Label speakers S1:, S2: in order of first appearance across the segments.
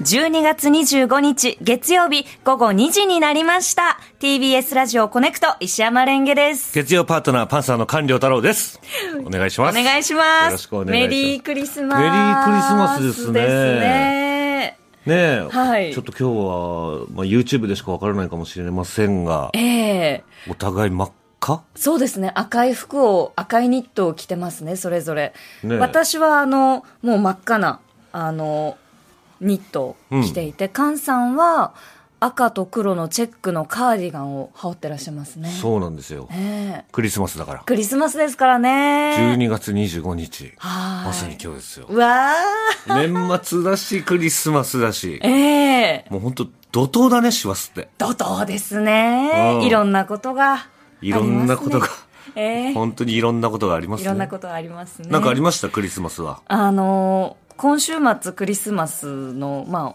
S1: 12月25日月曜日午後2時になりました TBS ラジオコネクト石山レンゲです
S2: 月曜パートナーパンサーの官僚太郎です。お願いし
S1: お
S2: ます。
S1: 願いします
S2: よろしくお願いし
S1: メ
S2: ます
S1: リークリスマス
S2: メリークリスマスですね
S1: ですね
S2: ねえ、
S1: はい
S2: ちょっと今日は、まあ、YouTube でしかわからないかもしれませんが、
S1: ええ
S2: お互い真っ赤
S1: そうですね赤い服を赤いニットを着てますねそれぞれ、
S2: ねえ
S1: 私はあのもう真っ赤なあのニットを着ていて、菅さんは赤と黒のチェックのカーディガンを羽織ってらっしゃいますね
S2: そうなんですよ。
S1: ええ
S2: クリスマスだから。
S1: クリスマスですからね
S2: 12月25日。
S1: はい
S2: まさに今日ですよ。
S1: うわ
S2: 年末だし、クリスマスだし
S1: ー。ええ
S2: もう本当怒涛だね、師走って。
S1: 怒涛ですね、
S2: うん
S1: いろんなことがあ
S2: い
S1: り
S2: ろ
S1: ますね、
S2: んなことが、
S1: ええ
S2: 本当にいろんなことがありますね。
S1: いろんなことありますね
S2: なんかありました、クリスマスは。
S1: あのー今週末クリスマスの、まあ、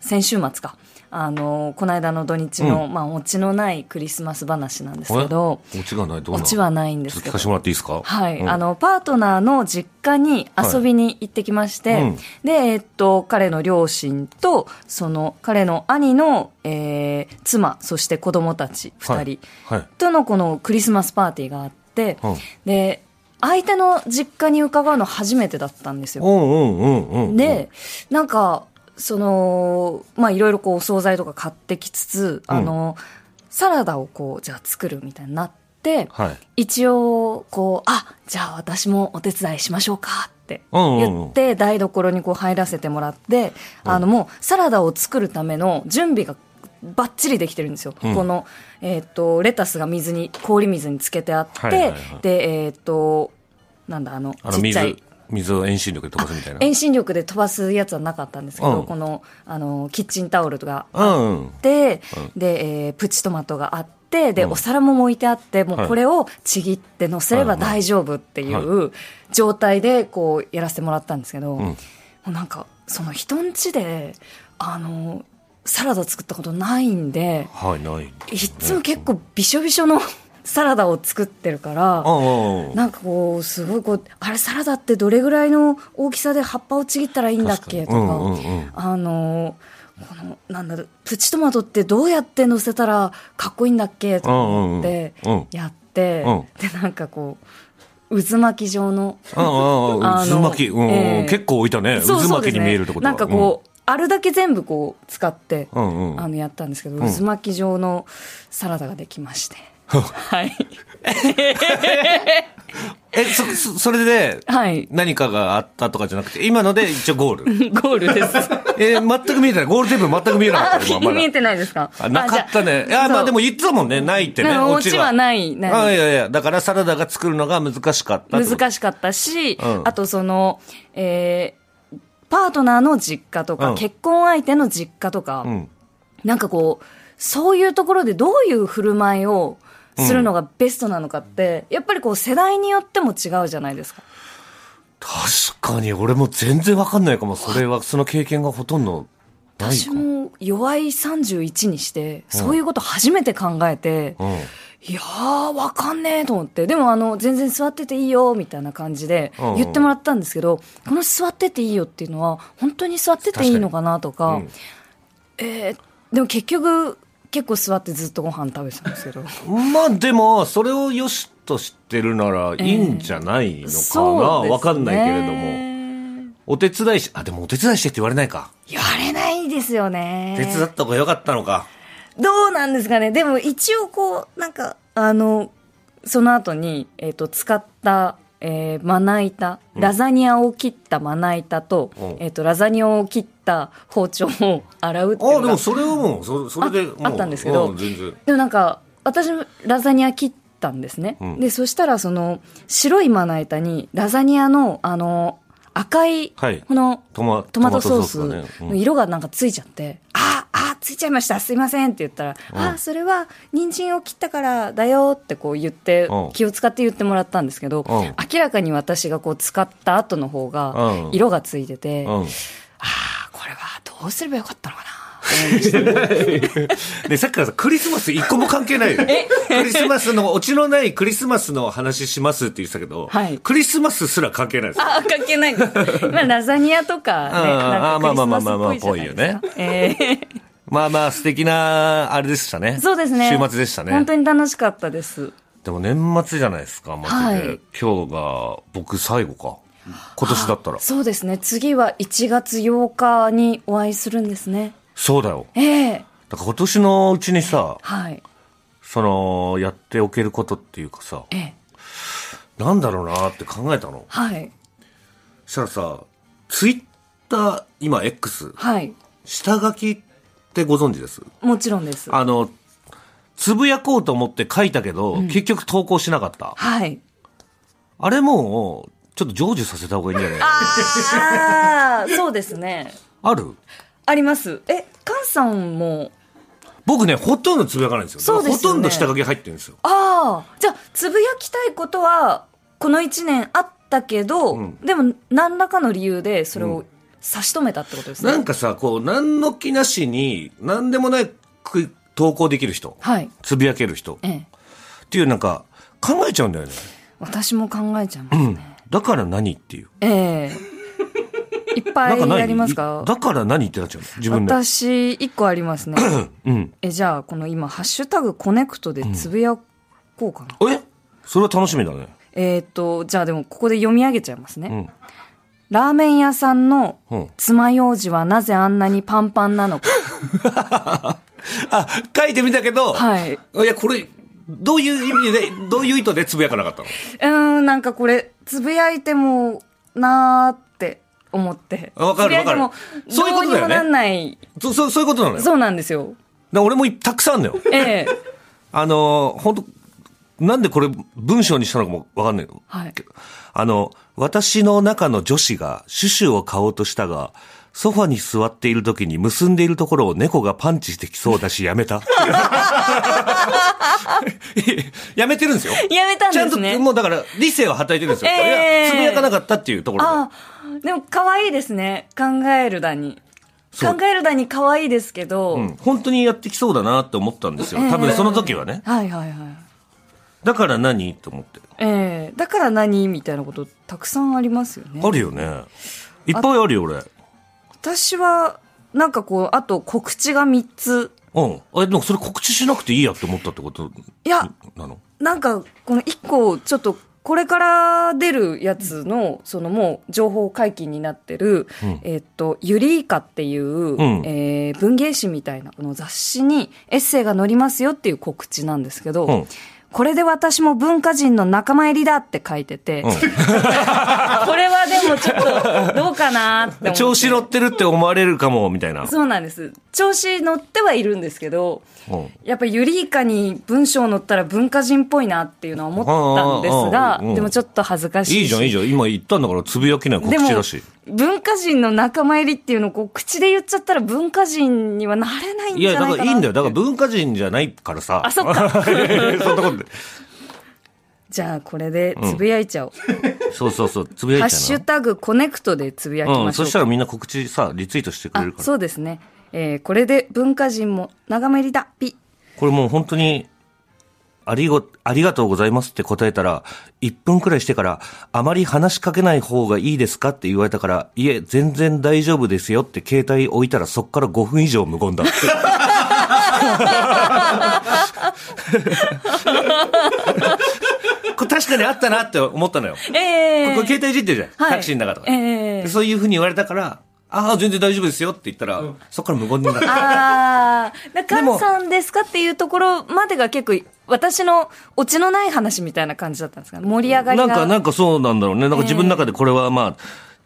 S1: 先週末か。あのーこの間の土日の、まあ、オチのないクリスマス話なんですけど、
S2: えオチがない、どう
S1: オ
S2: なの
S1: チはないんで
S2: ちょ
S1: す
S2: っ
S1: けど
S2: と聞かせ。てもらっていいですか
S1: はい、
S2: うん
S1: あの、パートナーの実家に遊びに行ってきまして、
S2: はいうん
S1: で、えっと、彼の両親と、その、彼の兄の、えー妻、そして子供たち二人、
S2: はい。はい
S1: とのこのクリスマスパーティーがあって、
S2: うん
S1: で、相手の実家に伺うの初めてだったんですよ。
S2: うんうんうんうんうん。
S1: で、なんか、その、まあ、いろいろこう、お惣菜とか買ってきつつ、
S2: うん
S1: あの、サラダをこう、じゃあ作るみたいになって、
S2: はい。
S1: 一応、こう、あ、じゃあ私もお手伝いしましょうかって
S2: うんうんうん
S1: 言って、台所にこう入らせてもらって、あの、もうサラダを作るための準備がバッチリできてるんですよ。
S2: うん
S1: この、えっ、と、レタスが水に、氷水につけてあって、
S2: はいはいはい
S1: で、えっ、と、なんだ、あの、
S2: あの、
S1: ちっちゃい
S2: 水、水を遠心力で飛ばすみたいな。
S1: 遠心力で飛ばすやつはなかったんですけど、
S2: うん
S1: このあのキッチンタオルがあ
S2: うんうん。
S1: って、で、えープチトマトがあってで、
S2: うん
S1: お皿も置いてあっても
S2: は
S1: う
S2: い
S1: これをちぎって乗せれば
S2: はいはい
S1: 大丈夫っていう状態でこうやらせてもらったんですけど、
S2: ん
S1: もうなんかその人ん家であのサラダ作ったことないんで
S2: はい、ない。
S1: いっつも結構びしょびしょの サラダを作ってるから。
S2: うんうんうん。
S1: なんかこう、すごいこう、あれサラダってどれぐらいの大きさで葉っぱをちぎったらいいんだっけと
S2: 確か
S1: か、
S2: にうんうんうん
S1: あのー、この、なんだろう、プチトマトってどうやって乗せたらかっこいいんだっけとか思って
S2: うんうんうん、
S1: やって、
S2: う
S1: で、なんかこう、渦巻き状の、
S2: ああ、あ
S1: あ
S2: あ、
S1: の
S2: 渦巻き。う
S1: え
S2: んう
S1: え
S2: ん。結構置いたね。渦
S1: そうそうで
S2: 巻き
S1: す
S2: に
S1: ね
S2: 見えるってことは
S1: なんかこう、あるだけ全部こう、使って、
S2: うんうんうん
S1: あの、やったんですけど、
S2: ん
S1: 渦巻き状のサラダができま して。はい。
S2: うん。え、そ、そそれで、
S1: はい。
S2: 何かがあったとかじゃなくて、今ので一応ゴール。
S1: ゴールです。
S2: えー、全く見えてない。ゴールテープ全く見えなか
S1: あ
S2: った 今。まだ
S1: 見えてないですか
S2: あなかったね。いや、まあでも言ってたもんね。ないってね。
S1: うんオチはないない
S2: あいやいや、だからサラダが作るのが難しかったってこと。
S1: 難しかったし、
S2: うん
S1: あとその、えーパートナーの実家とか、
S2: うん
S1: 結婚相手の実家とか、
S2: うん。
S1: なんかこう、そういうところでどういう振る舞いをするのがベストなのかって、やっぱりこう世代によっても違うじゃないですか。
S2: 確かに、俺も全然わかんないかも。それは、その経験がほとんどない
S1: 私
S2: か。
S1: も弱い31にして、そういうこと初めて考えて、
S2: うん。
S1: いやー、わかんねえと思って。でも、あの、全然座ってていいよ、みたいな感じで
S2: うんうん
S1: 言ってもらったんですけど、この座ってていいよっていうのは、本当に座ってていいのかなとか、
S2: 確か
S1: えーでも結局、結構座ってずっとご飯食べてたんです けど。
S2: まあでも、それを良しとしてるならいいんじゃないのかな。わ、かんないけれども。
S1: も。
S2: お手伝いし、あ、でもお手伝いしてって言われないか。
S1: 言われないですよね。
S2: 手伝った方が良かったのか。
S1: どうなんですかね。でも一応こう、なんか、あの、その後に、えっ、と、使った、えーまな板、ラザニアを切ったまな板と、
S2: うん
S1: えっ、と、ラザニアを切った包丁を 洗うっていう
S2: あ、
S1: の
S2: で
S1: が
S2: もそれはもう、そそれで
S1: あ
S2: もう
S1: あったんですけど
S2: う全然。
S1: でもなんか、私もラザニア切ったんですね。
S2: うん
S1: で、そしたら、その、白いまな板に、ラザニアの、あの、赤い、
S2: はい
S1: この、
S2: トマ
S1: トマトソー
S2: トマトソース
S1: ス
S2: がね
S1: の色がなんかついちゃって、ああ、ああ、ついちゃいました、すいませんって言ったら、
S2: うん
S1: ああ、それは人参を切ったからだよってこう言って
S2: うん、
S1: 気を使って言ってもらったんですけど、
S2: うん
S1: 明らかに私がこう使った後の方
S2: う
S1: が
S2: ん、
S1: 色がついてて、
S2: うん。
S1: ああ、これはどうすればよかったのかな。思いました。
S2: で、さっきからさ、クリスマス一個も関 係ないよ。クリスマスの、オチのないクリスマスの話しますって言ってたけど、
S1: はい
S2: クリスマスすら関係ないです。
S1: あ、関係ないです。 まあ、ラザニアとかね、なんかクリスマスっぽいじゃないですか。ええ
S2: まあまあ、素敵な、あれでした ね。
S1: そうですね。
S2: 週末でしたね
S1: 本。当に楽しかったです。
S2: でも年末じゃないですか、マジで。
S1: はい
S2: 今日が、僕最後か。今年だったら。
S1: そうですね。次は1月8日にお会いするんですね。
S2: そうだよ。
S1: ええ
S2: だから今年のうちにさ、
S1: はい。
S2: その、やっておけることっていうかさ、
S1: ええ
S2: なんだろうなって考えたの。
S1: はい。
S2: そしたらさ、ツイッター、今 X、
S1: はい。
S2: 下書きってご存知です
S1: もちろんです。
S2: あの、つぶやこうと思って書いたけど、結局投稿しなかった。
S1: はい。
S2: あれもう、ちょっと成就させた方がいいんじゃない
S1: ああ、そうですね。
S2: ある
S1: あります。え、カンさんも、
S2: 僕ね、ほとんどつぶやかないんですよ。
S1: そうですよね
S2: ほとんど下書き入ってるんですよ。
S1: ああ、じゃあ、つぶやきたいことは、この一年あったけど、
S2: ん
S1: でも、何らかの理由で、それ
S2: う
S1: を差し止めたってことですね。
S2: なんかさ、こう、何の気なしに、何でもないく投稿できる人、
S1: はい。
S2: つぶやける人
S1: ええ。
S2: っていうなんか、考えちゃうんだよね。
S1: 私も考えちゃいます
S2: うん
S1: ね。
S2: だから何っていう。
S1: ええ。いっぱ
S2: なんか
S1: い
S2: 何
S1: やりますか
S2: だから何ってなっちゃうの自分で。
S1: 私、一個ありますね。
S2: うん。
S1: え、じゃあ、この今、ハッシュタグコネクトでつぶやこうかな。
S2: えそれは楽しみだね。
S1: えっ、と、じゃあでも、ここで読み上げちゃいますね。
S2: うん
S1: ラーメン屋さんの
S2: うん、
S1: 爪楊枝はなぜあんなにパンパンな のか。
S2: あ、書いてみたけど、
S1: はい。
S2: いや、これ、どういう意味で、どういう意図でつぶやかなかったの
S1: うーん、なんかこれ、つぶやいてもなーって思って。
S2: わかるわかる
S1: つぶやいても
S2: そういうことだよね
S1: どうにもなんない。
S2: そそそういうことなのよ。だか
S1: そうなんですよ。
S2: ら俺もいたくさんあんのよ。
S1: ええ
S2: あのー、本当なんでこれ文章にしたのかもわかんないけど
S1: はい。
S2: あの、私の中の女子がシュシュを買おうとしたが、ソファに座っている時に結んでいるところを猫がパンチしてきそうだし、やめ た。やめてるんですよ。
S1: やめたん
S2: ちゃん
S1: で
S2: と、
S1: すね。
S2: もうだから、理性ははたいてるんですよ。
S1: ええ
S2: いや、つぶやかなかったっていうところで。
S1: ああ、でも可愛いですね。考えるだに。
S2: そう
S1: 考えるだに可愛いですけど。
S2: うん本当にやってきそうだなって思ったんですよ。多
S1: え
S2: 分
S1: え
S2: その時はね。
S1: はいはいはい。
S2: だから何と思って。
S1: ええだから何みたいなことたくさんありますよね。
S2: あるよね。いっぱいあるよ、俺。
S1: 私は、なんかこう、あと告知が3つ。
S2: うん。あれ、でもそれ告知しなくていいやって思ったってこと
S1: いや、
S2: なの
S1: なんか、この1個、ちょっと、これから出るやつの、そのもう、情報解禁になってる、
S2: うん
S1: えっと、ユリーカっていう、
S2: ん
S1: えー文芸誌みたいな、この雑誌にエッセイが載りますよっていう告知なんですけど、
S2: うん
S1: これで私も文化人の仲間入りだって書いてて、
S2: ん
S1: これはでもちょっと、どうかなって思って。
S2: 調子乗ってるって思われるかも、みたいな。
S1: そうなんです。調子乗ってはいるんですけど、
S2: うん
S1: やっぱユリイカに文章載ったら文化人っぽいなっていうのは思ったんです
S2: あーあ
S1: が、
S2: ーうん
S1: でもちょっと恥ずかしいし。
S2: いいじゃん、いいじゃん。今言ったんだから、つぶやきない告
S1: でも
S2: 知だし。、
S1: 文化人の仲間入りっていうのをこう口で言っちゃったら文化人にはなれないん
S2: い
S1: じゃ
S2: や、
S1: ないかな
S2: だからいいんだよ。だから文化人じゃないからさ。
S1: あ、そっか。
S2: そんなことで。
S1: じゃあこれでつぶやいちゃおう。
S2: そうそうそう、つぶや
S1: ハ
S2: い
S1: ッ
S2: ちゃ
S1: シ
S2: う
S1: ュタグコネクトでつぶやき
S2: な。う
S1: ま
S2: ん、
S1: しょ
S2: そうしたらみんな告知さ、リツイートしてくれ
S1: あ
S2: る、から。
S1: そうですね。えーこれで文化人も長めりだ。ピ
S2: これもう本当に、ありご、ありがとうございますって答えたら、1分くらいしてから、あまり話しかけない方がいいですかって言われたから、いえ、全然大丈夫ですよって携帯置いたら、そっから5分以上無 言だって。これ確かにあったなって思ったのよ。こ
S1: え
S2: れ
S1: ー
S2: 携帯いじってるじゃん。
S1: はい
S2: タクシーの中とかで。
S1: ええ
S2: でそういうふうに言われたから、ああ、全然大丈夫ですよって言ったら、そっから無言になった。
S1: ああ、だか
S2: で
S1: ら
S2: も
S1: 菅さんですかっていうところまでが結構、私のオチのない話みたいな感じだったんですかね盛り上がり
S2: な
S1: が。
S2: んか、なんかそうなんだろうね。なんか自分の中でこれはまあ、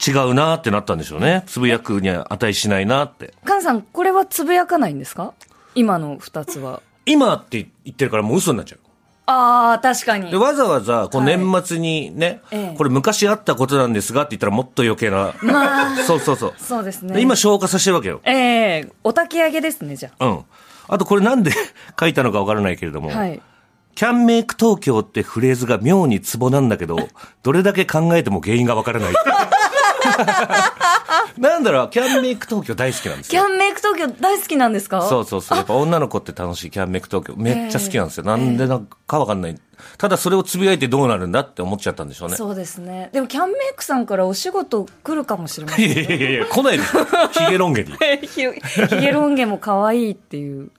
S2: 違うなってなったんでしょうね。つぶやくには値しないなって。
S1: 菅さん、これはつぶやかないんですか今の二つは。
S2: 今って言ってるからもう嘘になっちゃう。
S1: ああ、確かに
S2: で、。わざわざ、こう
S1: はい
S2: 年末にね、
S1: ええ
S2: これ昔あったことなんですがって言ったらもっと余計な。
S1: まあ、
S2: そうそうそう。
S1: そうです
S2: で
S1: ね。
S2: 今、消化させてるわけよ。
S1: ええお焚き上げですね、じゃ
S2: うん。あとこれなんで 書いたのかわからないけれども、
S1: あ。はい。
S2: キャンメイク東 京ってフレーズが妙にツボなんだけど、どれだけ考えても原因がわからない。なんだろう、キャンメイク東京大好きなんです
S1: キ
S2: よ。
S1: ャンメイク東京大好きなんですか
S2: そうそうそう。やっぱ女の子って楽しいキャンメイク東京。めっちゃ好きなんですよ。なんでなんかわかんない。ただそれをつぶやいてどうなるんだって思っちゃったんでしょうね。
S1: そうですね。でもキャンメイクさんからお仕事来るかもしれませ
S2: い
S1: ん。
S2: やいやいやいや、来ないでしょ。ヒゲロン 毛に。
S1: ひ
S2: い
S1: ひげロン毛も可愛いっていう。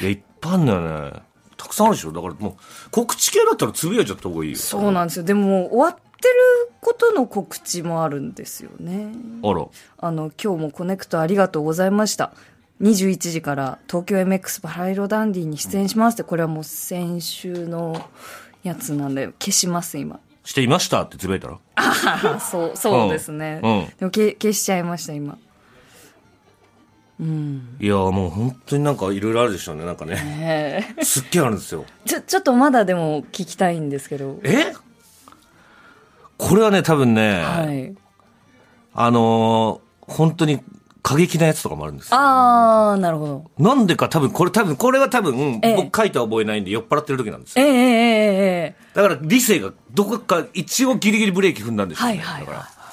S2: や、いっぱいあんのよね。たくさんあるでしょ。だからもう、告知系だったらつぶやいちゃった方がいいよ。
S1: そうなんですよ。でも終わってることの告知もあるんですよね。
S2: あら。
S1: あの、今日もコネクトありがとうございました。21時から東京 MX バラ色ダンディに出演しますって、これはもう先週のやつなんで、消します、今。
S2: していましたってつぶやいたら。
S1: あそう、そうですね。
S2: うんうん
S1: でもけ消しちゃいました、今。うん。
S2: いや、もう本当になんかいろいろあるでしょうね。なんかね。
S1: ええ
S2: すっげえあるんですよ。
S1: ちょ、ちょっとまだでも聞きたいんですけど。
S2: えこれはね、多分ね、
S1: はい。
S2: あのー本当に過激なやつとかもあるんですよ。
S1: あー、なるほど。
S2: なんでか多分、これ多分、これは多分、
S1: ええ
S2: 僕書いた覚えないんで酔っ払ってる時なんですよ。
S1: ええええええ
S2: だから理性がどこか一応ギリギリブレーキ踏んだんですよ、
S1: はい
S2: ね。
S1: はいはい
S2: だから、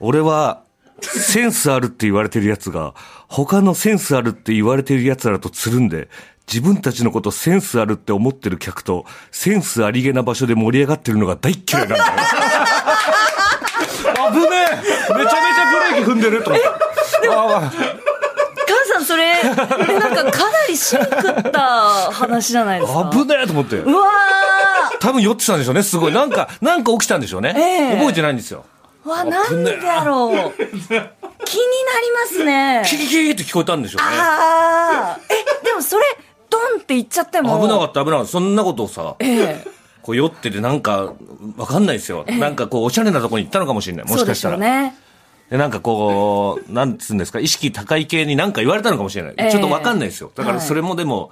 S2: 俺は、センスあるって言われてるやつが、他のセンスあるって言われてるやつらとつるんで、自分たちのことセンスあるって思ってる客と、センスありげな場所で盛り上がってるのが大っ嫌いなんだよ。危ねえめちゃめちゃブレーキ踏んでると思った。
S1: 母
S2: あ
S1: さん、それ、えなんかかなりシンクった話じゃないですか。
S2: あ危ねえと思って。
S1: うわ
S2: 多分酔ってたんでしょうね、す ごい。なんか、なんか起きたんでしょうね。
S1: ええ
S2: 覚えてないんですよ。
S1: ーわ、なんでだろう。気になりますね。
S2: キキキーって聞こえたんでしょうね。
S1: あー。え、でもそれ、ドンって言っちゃっても。
S2: 危なか
S1: っ
S2: った、危なかった。そんなことをさ、
S1: た。ええ
S2: こう酔っててなんか、わかんないですよ。なんかこう、おしゃれなとこに行ったのかもしれない。も
S1: そ
S2: し
S1: うで
S2: かし
S1: したょ
S2: ら。
S1: うね。
S2: で、なんかこう、なんつうんですか、意識高い系になんか言われたのかもしれない。
S1: ええ
S2: ちょっとわかんないですよ。だからそれもでも、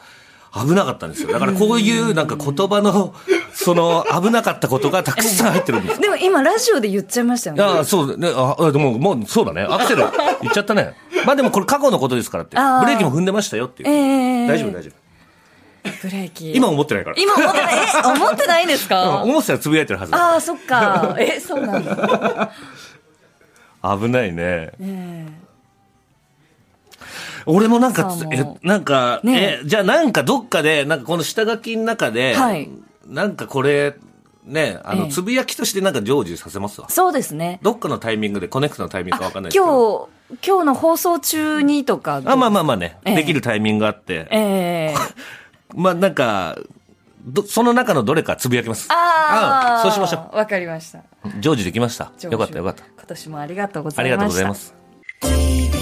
S2: 危なかったんですよ。だからこういうなんか言葉の、その危なかったことがたくさん入ってるんですよ。
S1: でも今、ラジオで言っちゃいましたよね。
S2: ああ、そうね。あ、あでも、もう、そうだね。アクセル、言っちゃったね。まあでもこれ過去のことですからって。ブ
S1: ああ
S2: レーキも踏んでましたよっていう。
S1: ええ
S2: 大丈夫、大丈夫。
S1: ブレーキ。
S2: 今思ってないから。
S1: 今思ってない、え、思ってないんです か
S2: 思ってたらつぶやいてるはずだ。
S1: ああ、そっか。え、そうなんだ。
S2: 危ないね。
S1: ええ
S2: 俺もなんか
S1: そ
S2: つ
S1: う、
S2: え
S1: も、う
S2: なんか、
S1: ね
S2: え、じゃあなんかどっかで、なんかこの下書きの中で、
S1: はい
S2: なんかこれ、ね、あ
S1: え
S2: の、
S1: え
S2: つぶやきとしてなんか成就させますわ。
S1: そうですね。
S2: どっかのタイミングで、コネクトのタイミングかわかんないですけど。
S1: 今日、今日の放送中にとか。
S2: あ、まあまあまあね、
S1: ええ
S2: できるタイミングがあって、
S1: ええ
S2: まあなんか、どその中のどれかつぶやきます。
S1: ああ、
S2: うんそうしましょ
S1: う。わかりました。
S2: う。成就できました。よかったよかった。
S1: 今年もありがとうござ
S2: あ
S1: いまし
S2: り
S1: た。
S2: がとうございま。す。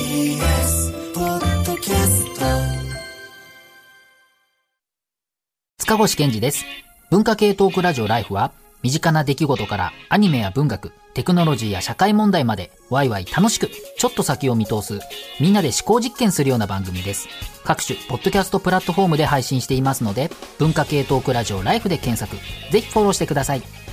S3: 塚越健二です。文化系トークラジオライフは、身近な出来事からアニメや文学、テクノロジーや社会問題まで、ワイワイ楽しく、ちょっと先を見通す、みんなで思考実験するような番組です。各種、ポッドキャストプラットフォームで配信していますので、文化系トークラジオライフで検索、ぜひフォローしてください。